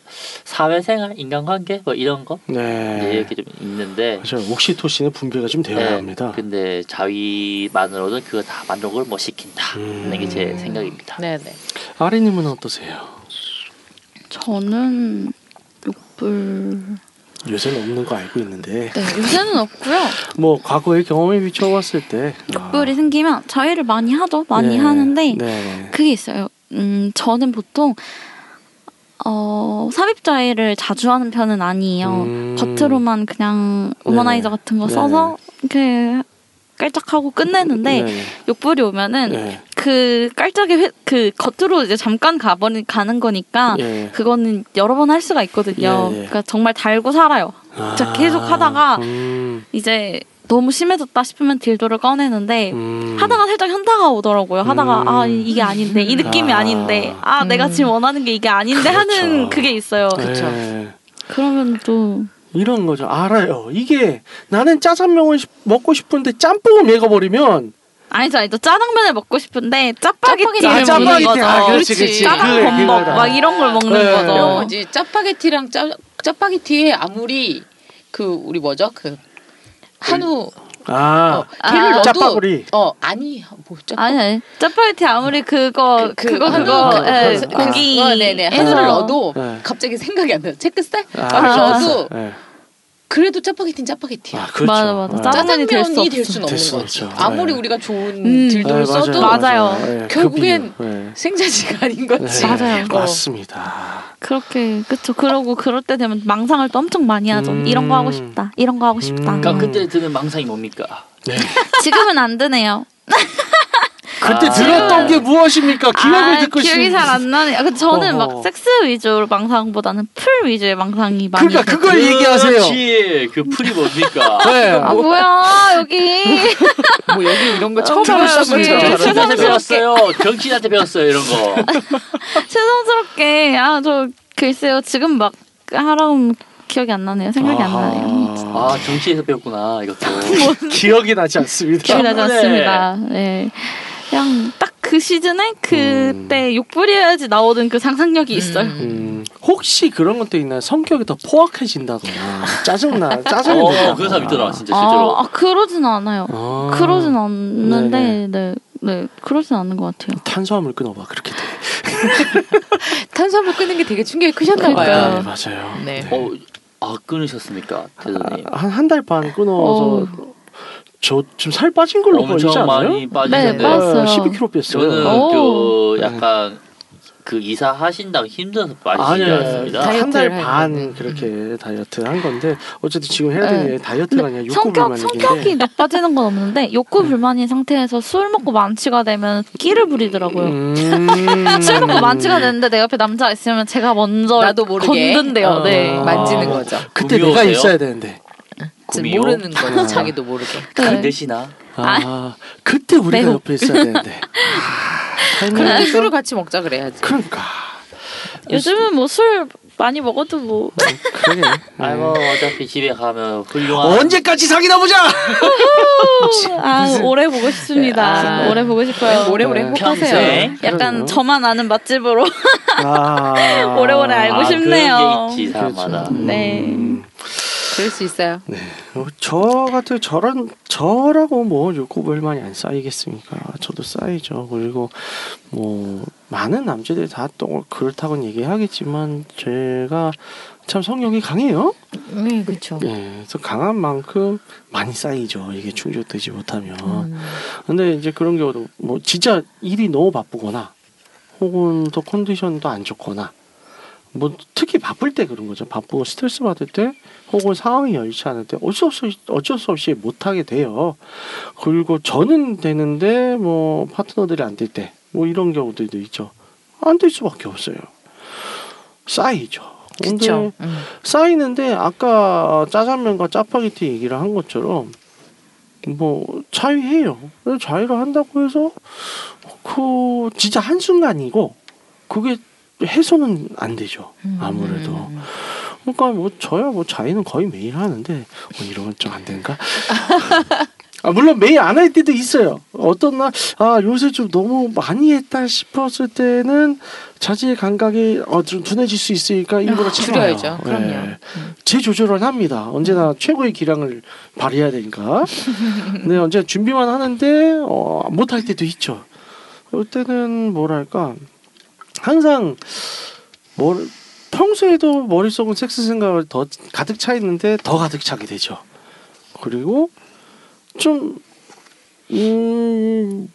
사회생활 인간관계 뭐 이런 거 이제 네. 아, 이렇게 좀 있는데 맞아요. 옥시토신의 분비가 좀 되어야 네, 합니다. 근데 자위만으로도 그거 다 만족을 못 시킨다. 음. 이게 제 생각입니다. 네네. 아리님은 어떠세요? 저는 욕불 요새는 없는 거 알고 있는데 네, 요새는 없고요. 뭐 과거의 경험에 비춰봤을 때 욕불이 생기면 자위를 많이 하죠. 아, 많이 네, 하는데 네. 그게 있어요. 음, 저는 보통 어, 삽입 자위를 자주 하는 편은 아니에요. 음. 겉으로만 그냥 네네. 오머나이저 같은 거 네네. 써서 이렇게 깔짝하고 끝내는데 네. 욕불이 오면은 네. 그 깔짝의 회, 그 겉으로 이제 잠깐 가버니 가는 거니까 예. 그거는 여러 번 할 수가 있거든요. 예, 예. 그러니까 정말 달고 살아요. 진짜 아, 계속 하다가 음, 이제 너무 심해졌다 싶으면 딜도를 꺼내는데 음. 하다가 살짝 현타가 오더라고요. 하다가 음. 아 이게 아닌데 이 느낌이 아. 아. 닌데아 음. 내가 지금 원하는 게 이게 아닌데 그렇죠. 하는 그게 있어요. 그쵸. 네. 그러면 또 이런 거죠. 알아요. 이게 나는 짜장면을 시- 먹고 싶은데 짬뽕을 먹어버리면 아니죠 아니죠 짜장면을 먹고 싶은데 짜파게티. 짜파게티를 아, 먹는 짜파게티. 거죠. 아, 그렇지. 그렇지, 그렇지. 짜장 그거야, 범벅 그거다. 막 이런 걸 먹는 네. 거죠. 이런 이런 뭐, 거지. 짜파게티랑 짜, 짜파게티에 아무리 그 우리 뭐죠 그 한우 아, 어, 걔를 아. 넣어도 짜파구리. 어 아니 뭐 짜파 아니, 아니 짜파게티 아무리 그거 그- 그, 거 그- 그거 그- 예, 그- 고기 어, 네네 한우를 해서. 넣어도 네. 갑자기 생각이 안 나요. 체크스타일 아, 넣어도 네. 그래도 짜파게티는 짜파게티야. 아, 그렇죠. 맞아, 맞아. 네. 짜장- 짜장면이 될수 짜장면이 될 수는 없죠. 없는 될수 거지. 없죠. 아무리 네. 우리가 좋은 음. 딜도를 네, 써도 맞아요. 네, 결국엔 그 비유. 네. 생자지가 아닌 거지. 네, 맞아요. 어. 맞습니다. 그렇게 그쵸 그러고 그럴 때 되면 망상을 또 엄청 많이 하죠. 음. 이런 거 하고 싶다. 이런 거 하고 싶다. 음. 그러니까 그때 드는 망상이 뭡니까? 네. 지금은 안 드네요. 그때 아. 들었던 게 무엇입니까? 기억을 아, 듣고 기억이 싶- 잘 안 나네요. 아, 근데 저는 어허. 막 섹스 위주로 망상보다는 풀 위주의 망상이 많이. 그러니까 있어요. 그걸 얘기하세요. 그렇지. 그 풀이 뭡니까? 네. 아 뭐야 여기 뭐 여기 이런 거 처음 뭐야, 알았어, 여기. 진짜. 죄송해요. 정신한테 죄송스럽게. 배웠어요. 정신한테 배웠어요 이런 거. 죄송스럽게 아 저 글쎄요 지금 막 하라면 기억이 안 나네요. 생각이 안 나네요. 아 정신에서 배웠구나 이것도. 기억이 나지 않습니다. 기억이 나지 그래. 않습니다. 네. 그냥 딱 그 시즌에 그때 욕불이어야지 나오는 그 상상력이 있어요. 음, 혹시 그런 것도 있나요? 성격이 더 포악해진다거나 짜증나 짜증이 어, 든다거나. 그런 사람 있더라 진짜 실제로. 뭐 아, 아 그러진 않아요. 아. 그러진 않는데 네네. 네, 네. 그러진 않는 것 같아요. 탄수화물 끊어봐 그렇게 돼. 탄수화물 끄는 게 되게 충격이 크셨나 네, 봐요. 그러니까요. 맞아요. 네. 어, 아 끊으셨습니까 대단히. 한한 달 반 끊어서 저 지금 살 빠진 걸로 보이지 엄청 않아요? 네. 많이 네, 빠지는데 빠졌어요. 빠졌어요. 12kg 뺐어요. 저는 오. 그 약간 그 이사 하신다고 힘들어서 빠지지 아니요, 않았습니다. 다이- 한달 다이어트를 반 하는. 그렇게 다이어트 한 건데 어쨌든 지금 해야 되는 네. 게 다이어트가 아니라 욕구 성격 성격이 불만인데. 나빠지는 건 없는데 욕구 불만인 상태에서 술 먹고 만취가 되면 끼를 부리더라고요. 아, 음. 술 먹고 만취가 되는데 내 옆에 남자 가 있으면 제가 먼저 나도 모르게 건든대요. 어, 네. 아. 만지는 거죠. 그때 구미호세요? 내가 있어야 되는데. 지금 구미호? 모르는 거죠. 자기도 모르게. 안 네. 되시나? 아, 그때 우리가 매혹. 옆에 있어야 되는데. 아, 그런데 술을 타이밍에서- 같이 먹자 그래야지. 그러니까. 요즘은 뭐 술 많이 먹어도 뭐 그래. 아이 뭐 어차피 집에 가면 네. 훌륭한 언제까지 사귀나 보자. 아, 오래 보고 싶습니다. 아. 오래 보고 싶어요. 오래오래 네. 행복하세요. 평생 그러네요. 약간 저만 아는 맛집으로 아. 그렇죠. 음. 오래오래 알고 아, 싶네요. 그런 게 있지 사마다. 네. 그럴 수 있어요. 어, 저 같은 저런 저라고 뭐 욕구불만이 안 쌓이겠습니까? 저도 쌓이죠. 그리고 뭐 많은 남자들이 다 또 그렇다고는 얘기하겠지만 제가 참 성격이 강해요. 네, 그렇죠. 그쵸. 예, 그래서 강한 만큼 많이 쌓이죠. 이게 충족되지 못하면. 음. 근데 이제 그런 경우도 뭐 진짜 일이 너무 바쁘거나 혹은 또 컨디션도 안 좋거나 뭐 특히 바쁠 때 그런 거죠. 바쁘고 스트레스 받을 때 혹은 상황이 여의치 않을 때 어쩔 수 없이, 어쩔 수 없이 못 하게 돼요. 그리고 저는 되는데 뭐 파트너들이 안 될 때 뭐 이런 경우들도 있죠. 안 될 수밖에 없어요. 쌓이죠. 근데 그렇죠. 음. 쌓이는데 아까 어, 짜장면과 짜파게티 얘기를 한 것처럼 뭐 자위해요. 그래서 자위를 한다고 해서 그 진짜 한 순간이고 그게 해소는 안 되죠. 음. 네. 아무래도. 그러니까 뭐 저야 뭐 자위는 거의 매일 하는데 뭐 이런 건 좀 안 되는가? 아 물론 매일 안 할 때도 있어요. 어떤 날 아 요새 좀 너무 많이 했다 싶었을 때는 자제의 감각이 어, 좀 둔해질 수 있으니까 일부러 참아요. 줄여야죠. 그럼요. 음. 예. 제 조절은 합니다. 언제나 최고의 기량을 발휘해야 되니까. 근데 언제 준비만 하는데 어, 못할 때도 있죠. 그때는 뭐랄까 항상 뭘 평소에도 머릿속은 섹스 생각을 더 가득 차 있는데 더 가득 차게 되죠. 그리고 좀 음.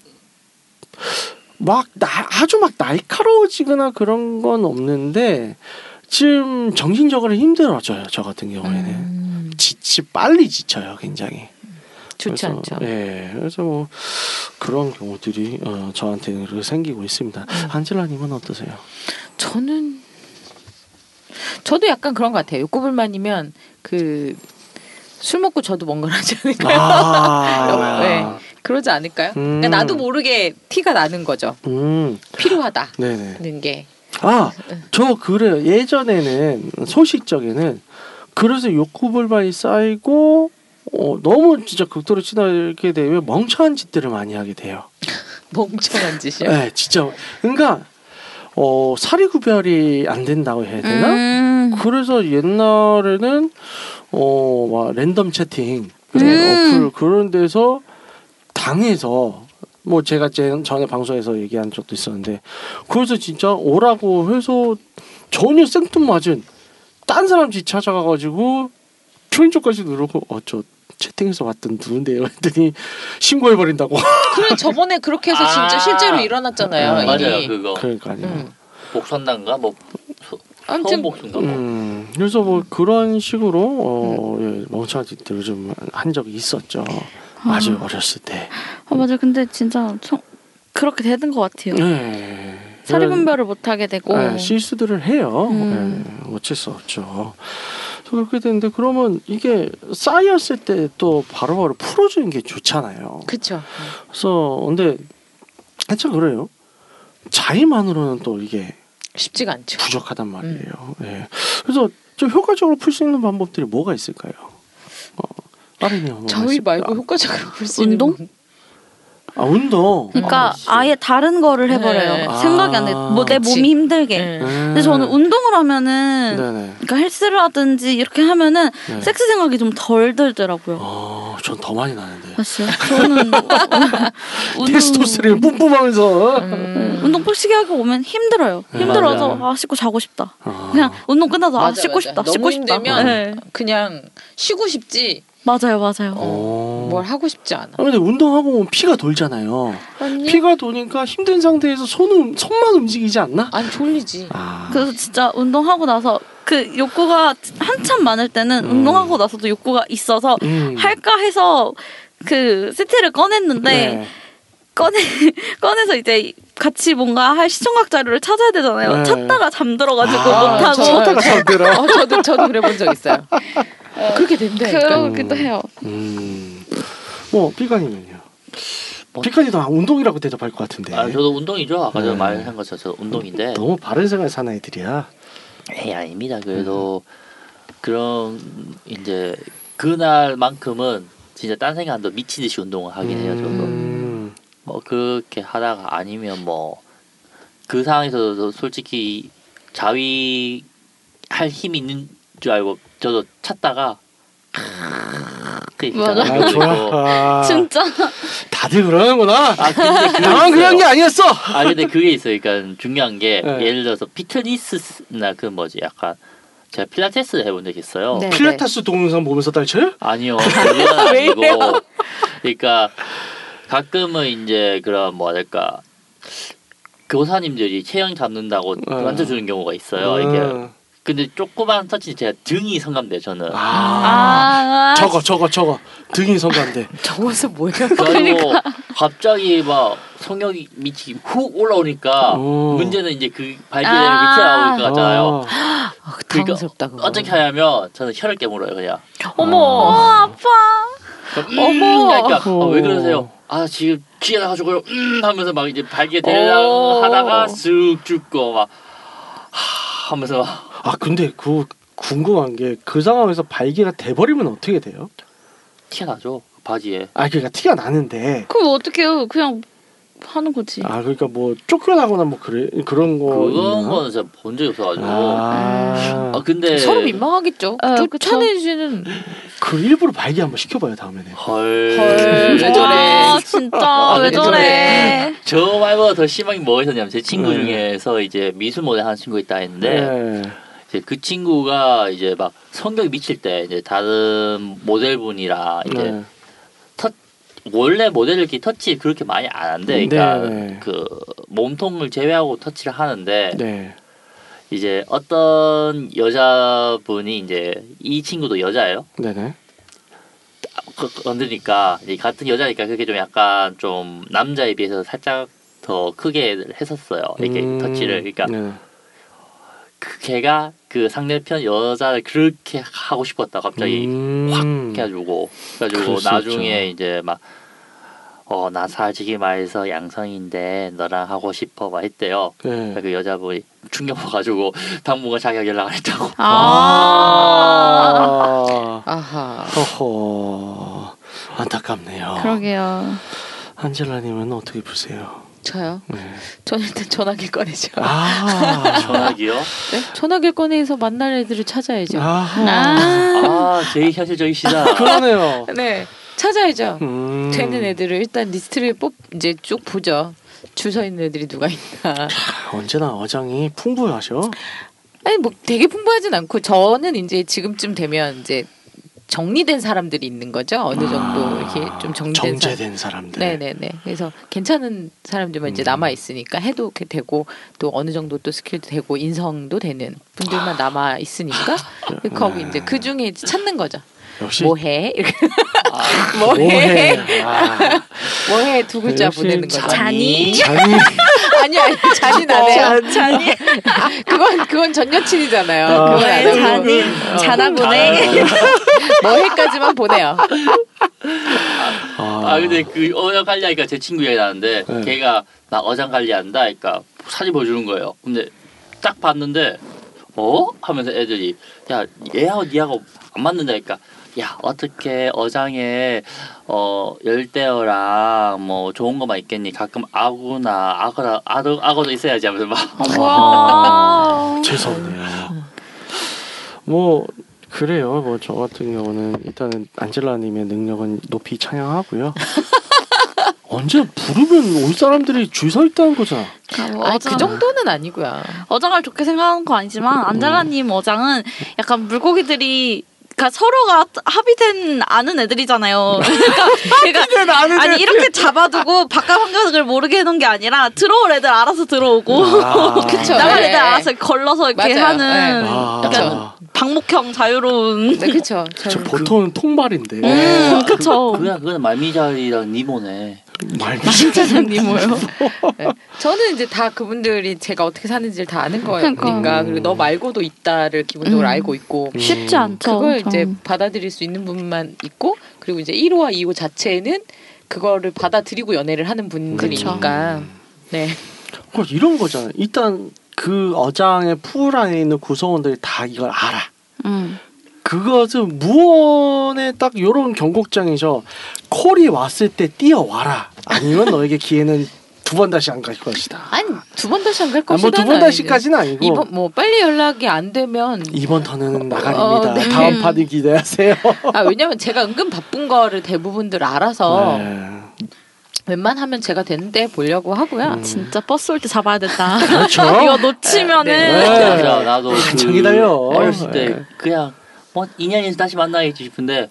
막 나, 아주 막 날카로워지거나 그런 건 없는데 지금 정신적으로 힘들어져요 저 같은 경우에는 음. 지치 빨리 지쳐요 굉장히 좋지 그래서, 않죠. 예 그래서 뭐 그런 경우들이 어, 저한테는 그렇게 생기고 있습니다 음. 안젤라님은 어떠세요? 저는 저도 약간 그런 것 같아요. 욕구불만이면 그 술 먹고 저도 뭔가 하지 않을까요? 아, 네. 그러지 않을까요? 음. 그러니까 나도 모르게 티가 나는 거죠. 음 필요하다는 네네 게. 아 저 그래요 예전에는 소식적에는 그래서 욕구불만이 쌓이고 어, 너무 진짜 극도로 친하게 되면 멍청한 짓들을 많이 하게 돼요. 멍청한 짓이요. 네, 진짜 그러니까 어, 사리 구별이 안 된다고 해야 되나? 음. 그래서 옛날에는 어, 막 랜덤 채팅 그런 어플 그런 데서 당해서 뭐 제가 제 전에 방송에서 얘기한 적도 있었는데 그래서 진짜 오라고 해서 전혀 생뚱맞은 딴 사람 집 찾아가가지고 초인종까지 누르고 어저 채팅에서 왔던 누군데요 했더니 신고해버린다고 그래 저번에 그렇게 해서 진짜 아. 실제로 일어났잖아요. 아, 일이. 음. 맞아요 그거 그러니까요. 음. 복선단가 뭐 소- 아무튼 처음 복선가 뭐 음, 그래서 뭐 그런 식으로 어, 예, 멍청한 짓들을 좀 한 적이 있었죠. 아주 어렸을 때. 아 맞아. 근데 진짜 청- 그렇게 되는 것 같아요. 예. 사리 그런, 분별을 못 하게 되고. 예, 실수들을 해요. 음. 예, 어쩔 수 없죠. 그래서 그렇게 되는데 그러면 이게 쌓였을 때 또 바로바로 풀어주는 게 좋잖아요. 그쵸. 그래서 근데 해참 그래요. 자의만으로는 또 이게 쉽지가 않죠. 부족하단 말이에요. 음. 예. 그래서 좀 효과적으로 풀 수 있는 방법들이 뭐가 있을까요? 어, 빠르네요. 뭐 저희 말씀- 말고 효과적으로 볼 수 있는 운동? 건- 아, 운동. 그러니까 씨. 아예 다른 거를 네. 해버려요. 생각이 안 돼. 뭐 내 그치. 몸이 힘들게. 네. 음. 근데 저는 운동을 하면은 네네. 그러니까 헬스를 하든지 이렇게 하면은 네. 섹스 생각이 좀 덜 들더라고요. 어, 전 더 많이 나는데. 사실 저는 음, 뭐 운동- 테스토스테론 뿜뿜하면서. 음. 네, 운동 빡시게 하고 오면 힘들어요. 네, 힘들어서 맞아요. 아 씻고 자고 싶다. 아. 그냥 운동 끝나서 아 맞아, 씻고 맞아. 싶다. 너무 씻고 싶다. 힘들면 네. 그냥 쉬고 싶지 맞아요, 맞아요. 어. 뭘 하고 싶지 않아. 아, 근데 운동하고 오면 피가 돌잖아요. 예. 아니, 피가 도니까 힘든 상태에서 손은 손만 움직이지 않나? 그 아니 졸리지. 아. 그래서 진짜 운동하고 나서 그 욕구가 한참 많을 때는 음. 운동하고 나서도 욕구가 있어서 음. 할까 해서 그 세트를 꺼냈는데 네. 꺼내 꺼내서 이제 같이 뭔가 할 시청각 자료를 찾아야 되잖아요. 네. 찾다가 잠들어가지고 아, 못하고 찾다가 잠들어. 어, 저도 저도 그래 본 적 있어요. 그렇게 된다니까. 네, 그러기도 해요. 음. 뭐 피가님은요? 피가님도 아, 운동이라고 대답할 것 같은데. 뭐? 아 저도 운동이죠 아까 전에 네. 말한 것처럼 저 운동인데 너무 바른 생활 사는 애들이야. 에이 아닙니다 그래도 음. 그런 이제 그날만큼은 진짜 딴 생각 안도 미친 듯이 운동을 하긴 해요 저도 음. 뭐 그렇게 하다가 아니면 뭐 그 상황에서도 솔직히 자위 할 힘이 있는 줄 알고 저도 찾다가 그 맞아. 아, 좋아. 아, 진짜 다들 그러는구나. 아 근데 그게 나만 그런 게 있어요. 아니었어. 아 근데 그게 있어요. 그러니까 중요한 게 네. 예를 들어서 피트니스나 그 뭐지 약간 제가 필라테스 해본 적 있어요. 네, 필라테스 동영상 보면서 딸쳐요? 아니요. 그건 아니고. 그러니까 가끔은 이제 그런 뭐랄까 교사님들이 체형 잡는다고 어. 앉아주는 경우가 있어요. 이게 음. 근데 조그만 터치 제가 등이 성감돼요. 저는. 아. 아, 저거 저거 저거 등이 성가한데. 네. 저어서 뭐야? 그리고 갑자기 막 성욕이 미치 훅 올라오니까 오. 문제는 이제 그 발기되는 아. 밑에 나올 것 같잖아요. 아. 그 당황스럽다 그거. 어떻게 하냐면 저는 혀를 깨물어요 그냥. 어머. 음, 그러니까 어, 왜 그러세요? 아 지금 기회 나가지고요. 음 하면서 막 이제 발게 대랑 하다가 쓱 죽고 막 하, 하면서 막 아 근데 그 궁금한 게 그 상황에서 발기가 돼버리면 어떻게 돼요? 튀어나죠 바지에. 아 그러니까 티가 나는데 그럼 어떡해요? 그냥 하는 거지. 아 그러니까 뭐 쫓겨나거나 뭐 그래 그런 거 그런 있나? 거는 제가 본 적이 없어가지고. 아, 아, 근데 서로 민망하겠죠. 아, 그쵸. 쫓아내지는 그 일부러 발기 한번 시켜봐요 다음에는. 헐. 헐, 왜 저래. 와, 아, 진짜 왜 저래? 저 말보다 더 심한 게 뭐가 있었냐면 제 친구 중에서 이제 미술 모델 하는 친구 있다 네. 했는데 이제 그 친구가 이제 막 성격 미칠 때 이제 다른 모델분이랑 이제 네. 원래 모델들끼리 터치 그렇게 많이 안 한대. 그러니까 네. 그 몸통을 제외하고 터치를 하는데 네. 이제 어떤 여자분이 이제 이 친구도 여자예요. 네네. 그- 그 건드니까 이제 같은 여자니까 그게 좀 약간 좀 남자에 비해서 살짝 더 크게 했었어요. 이렇게 음, 터치를 그러니까 네. 그 걔가 그 상대편 여자를 그렇게 하고 싶었다 갑자기 음. 확 해가지고 그럴 그래가지고 수 나중에 이제 막 어, 나 솔직히 말해서 양성인데 너랑 하고 싶어 막 했대요. 네. 그 여자분이 충격 봐가지고 당분간 자기가 연락 안 했다고. 아, 아. 아하. 허허. 안타깝네요. 아. 그러게요. 안젤라님은 어떻게 보세요? 저요. 네. 저는 일단 전화기 꺼내죠. 아. 전화기요? 네? 전화기 꺼내서 만날 애들을 찾아야죠. 아. 아, 아, 제일 현실적이시다. 그러네요. 네, 찾아야죠. 음. 되는 애들을 일단 리스트를 뽑 이제 쭉 보죠. 줄 서 있는 애들이 누가 있나. 언제나 어장이 풍부하셔. 아니 뭐 되게 풍부하진 않고 저는 이제 지금쯤 되면 이제 정리된 사람들이 있는 거죠. 어느 정도 이렇게 좀 정리된 사람. 아, 정제된 사람들. 네네네. 그래서 괜찮은 사람들만 이제 음. 남아 있으니까 해도 이렇게 되고 또 어느 정도 또 스킬도 되고 인성도 되는 분들만 남아 있으니까 거기 네. 이제 그 중에 찾는 거죠. 역시 아, 뭐해? 이렇게 뭐해? 뭐해? 아, 뭐해 두 글자 역시 보내는 거죠. 잔이. 잔이. 아니 아니 잔인하네. 잔이 그건 그건 전 여친이잖아요. 어. 어. 그건 안 네, 하고 자나 아, 보네. 뭐해까지만 보내요. 아, 아 근데 그 어장 관리하니까 제 친구 얘기 나는데 네. 걔가 나 어장 관리한다 그러니까 사진 보여주는 거예요 근데 딱 봤는데 어? 하면서 애들이 야 얘하고 니하고 안 맞는다니까 그러니까 야 어떻게 어장에 어 열대어랑 뭐 좋은 거만 있겠니 가끔 아구나 아거라 아도 아거도 있어야지 하면서 막 어. 와. 죄송해요. 뭐 그래요. 뭐 저 같은 경우는 일단은 안젤라님의 능력은 높이 찬양하고요. 언제 부르면 올 사람들이 줄 서 있다는 거잖아. 뭐 아니 그 정도는 아니고요. 어장을 좋게 생각하는 음. 건 아니지만 안젤라님 어장은 약간 물고기들이 그러니까 서로가 합의된 아는 음. 애들이잖아요. 그러니까, 그러니까 아니 이렇게 잡아두고 바깥 환경을 모르게 해놓은 게 아니라 들어올 애들 알아서 들어오고 아, 그쵸. 나갈 네. 애들 알아서 걸러서 이렇게 맞아요. 하는 네. 아, 약간 방목형 자유로운. 네 그렇죠. 저 보통은 통발인데 음, 그쵸. 네. 그냥 그건 말미잘이랑 니모네 말미 그러니까 진짜장님 뭐예요? 저는 이제 다 그분들이 제가 어떻게 사는지를 다 아는 거니까 그러니까. 그리고 너 말고도 있다를 기본적으로 음. 알고 있고 쉽지 않죠. 그걸 이제 참. 받아들일 수 있는 분만 있고 그리고 이제 1호와 2호 자체는 그거를 받아들이고 연애를 하는 분들이니까 네 그 이런 거잖아. 일단 그 어장의 풀 안에 있는 구성원들이 다 이걸 알아. 음. 그것은 무언의 딱 요런 경고장이죠. 콜이 왔을 때 뛰어와라. 아니면 너에게 기회는 두 번 다시 안 갈 것이다. 아니 두 번 다시 안 갈 뭐 것이다 두 번 다시까지는 아니고 이번 뭐 빨리 연락이 안 되면 이번 턴은 나가립니다. 어, 네. 다음 파티 기대하세요. 아 왜냐면 제가 은근 바쁜 거를 대부분들 알아서 네. 웬만하면 제가 되는 데 보려고 하고요. 진짜 버스 올 때 잡아야 된다. 그렇죠. 이거 놓치면은 네. 맞아 나도 그 한창 기다려. 어렸을 때 네. 그냥 뭐 2년에서 다시 만나겠지 싶은데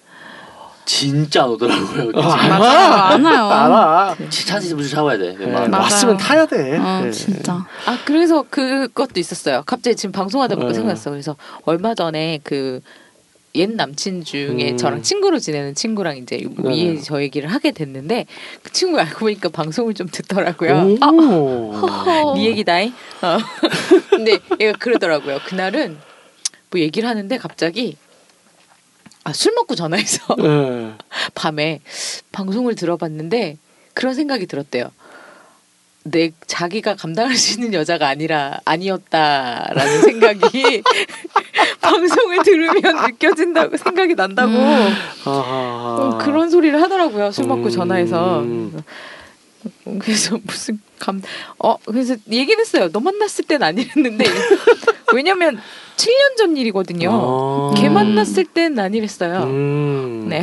진짜 안 오더라고요 어, 진짜. 알아. 어. 많아요. 알아. 찬스 무슨 잡아야 돼 네. 웬만하면. 맞아요. 왔으면 타야 돼. 어, 네. 진짜. 아 그래서 그것도 있었어요. 갑자기 지금 방송하다 보니까 네. 생각났어. 그래서 얼마 전에 그 옛 남친 중에 음. 저랑 친구로 지내는 친구랑 이제 네. 위에 저 얘기를 하게 됐는데 그 친구 알고 보니까 방송을 좀 듣더라고요. 오. 네. 어. 네 얘기다잉. 어. 근데 얘가 그러더라고요. 그날은 뭐 얘기를 하는데 갑자기 아, 술 먹고 전화해서 예. 밤에 방송을 들어봤는데 그런 생각이 들었대요. 내 자기가 감당할 수 있는 여자가 아니라 아니었다라는 생각이 방송을 들으면 느껴진다고 생각이 난다고 아하. 어, 그런 소리를 하더라고요. 술 먹고 음. 전화해서 그래서 무슨 감 어 그래서 얘기는 했어요. 너 만났을 땐 아니랬는데 왜냐면 7년 전 일이거든요. 아. 걔 만났을 땐 아니랬어요. 음. 네.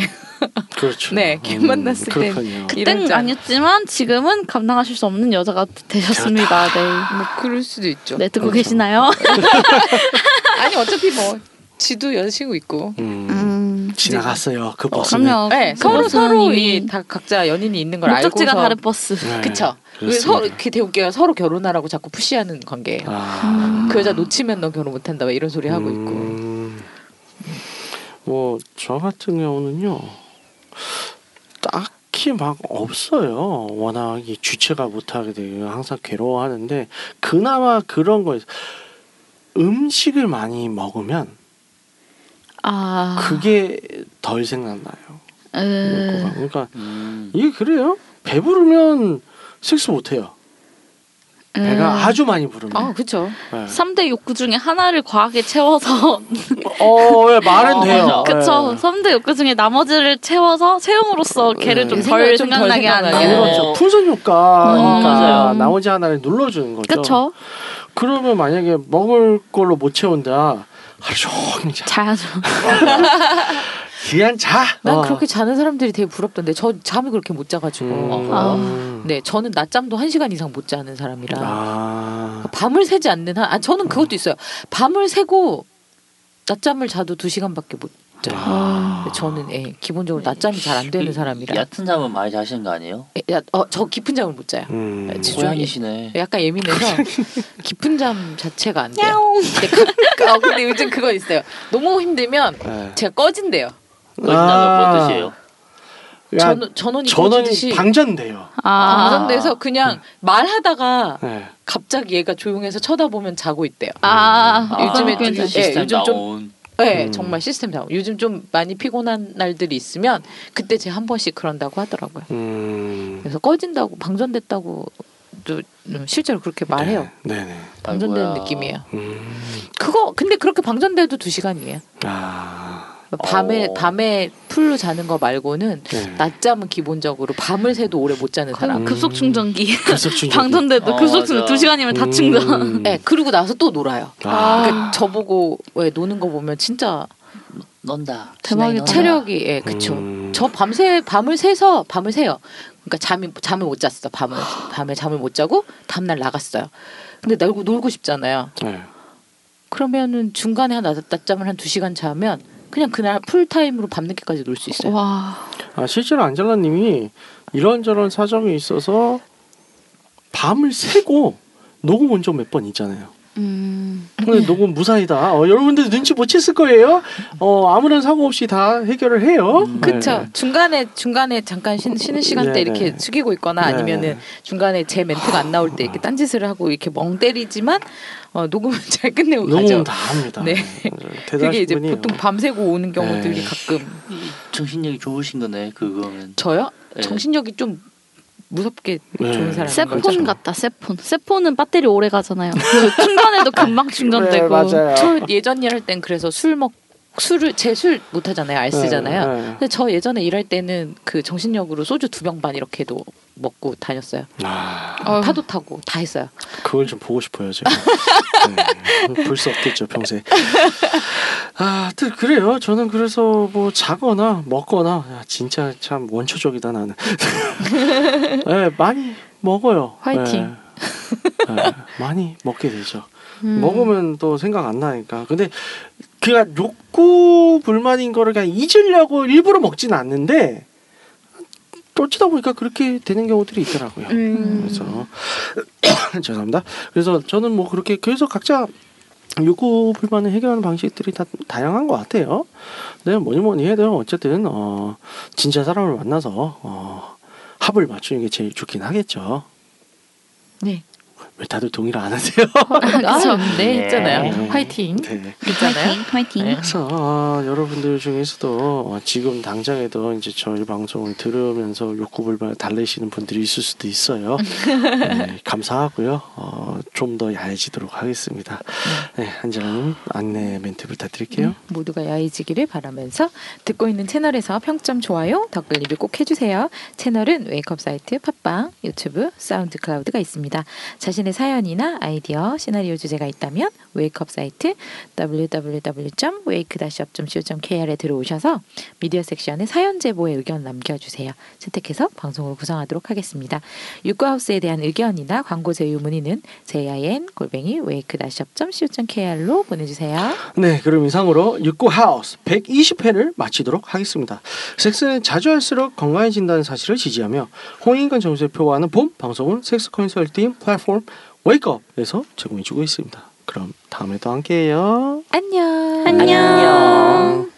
그렇죠. 네, 걔 만났을 때 그렇군요. 이런 그땐 짠. 아니었지만 지금은 감당하실 수 없는 여자가 되셨습니다. 네. 뭐 그럴 수도 있죠. 네 듣고 계시나요? 아니 어차피 뭐 지도 여자친구 있고. 음. 음. 지나갔어요. 그 버스는. 그럼요. 네, 그 서로 버스는 서로 이미 이 다 각자 연인이 있는 걸 목적지가 알고서 다른 버스. 네, 그쵸. 왜 그렇습니다. 서로 이렇게 되게 웃겨요. 서로 결혼하라고 자꾸 푸시하는 관계예요. 음. 아. 음. 그 여자 놓치면 너 결혼 못한다 막 이런 소리 하고 있고. 뭐저 같은 경우는요. 딱히 막 없어요. 워낙 이 주체가 못하게 되고 항상 괴로워하는데 그나마 그런 거에서 음식을 많이 먹으면 아. 그게 덜 생각나요. 음. 그러니까 음. 이게 그래요. 배부르면 섹스 못해요. 배가 음. 아주 많이 부르면. 아 그쵸. 네. 3대 욕구 중에 하나를 과하게 채워서 어, 예, 말은 어, 돼요. 맞아. 그쵸 예. 3대 욕구 중에 나머지를 채워서 채움으로써 네. 걔를 좀 생각을 덜 좀덜 생각나게 생각나게 하는 하는. 그렇죠. 어. 풍선 효과니까 네. 음. 나머지 하나를 눌러주는 거죠. 그쵸 러면 만약에 먹을 걸로 못 채운다. 하루 종일 자. 자야죠 그냥 자. 난 어. 그렇게 자는 사람들이 되게 부럽던데 저 잠이 그렇게 못 자가지고. 음. 아. 음. 네, 저는 낮잠도 한 시간 이상 못 자는 사람이라. 그 아. 밤을 새지 않는 한, 아 저는 그것도 있어요. 밤을 새고 낮잠을 자도 두 시간밖에 못 자요. 아. 저는 예, 기본적으로 낮잠이 잘 안 되는 사람이라. 얕은 잠은 많이 자시는 거 아니에요? 예, 야, 어, 저 깊은 잠을 못 자요. 음. 지주- 고양이시네. 약간 예민해서 깊은 잠 자체가 안 돼요. 근데, 가, 어, 근데 요즘 그거 있어요. 너무 힘들면 네. 제가 꺼진대요. 꺼진다는 아. 뭔 뜻이에요? 야, 전, 전원이 꺼지듯이 전원이 방전돼요. 아, 방전돼서 그냥 말하다가 네. 갑자기 얘가 조용해서 쳐다보면 자고 있대요. 아, 아, 요즘에 그건 좀- 괜찮아요. 예, 시스템 요즘 좀- 다운. 네, 음. 정말 시스템 다운. 요즘 좀 많이 피곤한 날들이 있으면 그때 제 한 번씩 그런다고 하더라고요. 음. 그래서 꺼진다고 방전됐다고 또 음, 실제로 그렇게 말해요. 네, 네네. 방전되는 아이고야. 느낌이에요. 음. 그거 근데 그렇게 방전돼도 두 시간이에요. 아. 밤에 어. 밤에 풀로 자는 거 말고는 네. 낮잠은 기본적으로 밤을 새도 오래 못 자는 사람. 음. 급속 충전기 급속 충전. 방전돼도 어, 급속 충전 맞아. 2시간이면 다 충전 음. 네, 그러고 나서 또 놀아요. 아. 그러니까 저보고 왜 노는 거 보면 진짜 넌다. 대박이다. 체력이 예, 그쵸. 아. 음. 저 밤새 밤을 새서 밤을 새요. 그러니까 잠이 잠을 못 잤어. 밤을 밤에 잠을 못 자고 다음 날 나갔어요. 근데 놀고 놀고 싶잖아요. 네. 그러면은 중간에 한 낮- 낮잠을 한 두 시간 자면 그냥 그날 풀타임으로 밤늦게까지 놀 수 있어요. 와 아, 실제로 안젤라님이 이런저런 사정이 있어서 밤을 새고 녹음 온 적 몇 번 있잖아요. 음. 네. 근데 녹음 무사히다. 어, 여러분들 눈치 못 챘을 거예요. 어, 아무런 사고 없이 다 해결을 해요. 음, 그쵸. 네. 중간에 중간에 잠깐 쉬, 는 시간 때 네네. 이렇게 숙이고 있거나 네네. 아니면은 중간에 제 멘트가 안 나올 때 이렇게 딴짓을 하고 이렇게 멍 때리지만 어, 녹음은 잘 끝내고 가죠. 녹음 다 합니다. 네. 그게 대단하신 이제 분이에요. 보통 밤새고 오는 경우들이 네. 가끔 정신력이 좋으신 거네. 그거는. 저요? 네. 정신력이 좀 무섭게 네. 좋은 사람. 세폰 그렇죠. 같다 세폰 세폰은 배터리 오래 가잖아요 충전해도 금방 네, 충전되고 저 예전 일할 땐 그래서 술 먹 술을 제 술 못 하잖아요. 알 쓰잖아요. 네, 네. 근데 저 예전에 일할 때는 그 정신력으로 소주 두 병 반 이렇게도 먹고 다녔어요. 아, 파도 타고 다 했어요. 그걸 좀 보고 싶어요, 제가. 네. 볼수 없겠죠, 평생. 아, 하여튼 그래요. 저는 그래서 뭐 자거나 먹거나 야, 진짜 참 원초적이다 나는. 네, 많이 먹어요. 화이팅. 네. 네, 많이 먹게 되죠. 음. 먹으면 또 생각 안 나니까. 근데 그냥 욕구 불만인 거를 그냥 잊으려고 일부러 먹진 않는데 어쩌다 보니까 그렇게 되는 경우들이 있더라고요. 음. 그래서 죄송합니다. 그래서 저는 뭐 그렇게 그래서 각자 욕구 불만을 해결하는 방식들이 다 다양한 것 같아요. 네, 뭐니 뭐니 해도 어쨌든 어 진짜 사람을 만나서 어 합을 맞추는 게 제일 좋긴 하겠죠. 네. 왜 다들 동의를 안 하세요? 아, 네, 네. 했잖아요. 화이팅. 네. 있잖아요. 화이팅. 네. 그래서 아, 여러분들 중에서도 어, 지금 당장에도 이제 저희 방송을 들으면서 욕구불만 달래시는 분들이 있을 수도 있어요. 네, 감사하고요. 어, 좀 더 야해지도록 하겠습니다. 네, 한자님 안내 멘트 부탁드릴게요. 네. 모두가 야해지기를 바라면서 듣고 있는 채널에서 평점, 좋아요, 댓글 리뷰 꼭 해주세요. 채널은 웨이크업 사이트, 팟빵, 유튜브, 사운드 클라우드가 있습니다. 자신의 사연이나 아이디어, 시나리오 주제가 있다면 웨이크업 사이트 www.wake-up.co.kr에 들어오셔서 미디어 섹션에 사연 제보의 의견 남겨주세요. 채택해서 방송을 구성하도록 하겠습니다. 유쿠하우스에 대한 의견이나 광고 제휴 문의는 jin-wake-up.co.kr로 보내주세요. 네, 그럼 이상으로 육구 하우스 120회를 마치도록 하겠습니다. 섹스는 자주 할수록 건강해진다는 사실을 지지하며 홍인간 점수를 표하는 봄 방송은 섹스 컨설팅 플랫폼 웨이크업에서 제공해주고 있습니다. 그럼 다음에 또 함께해요. 안녕. 안녕.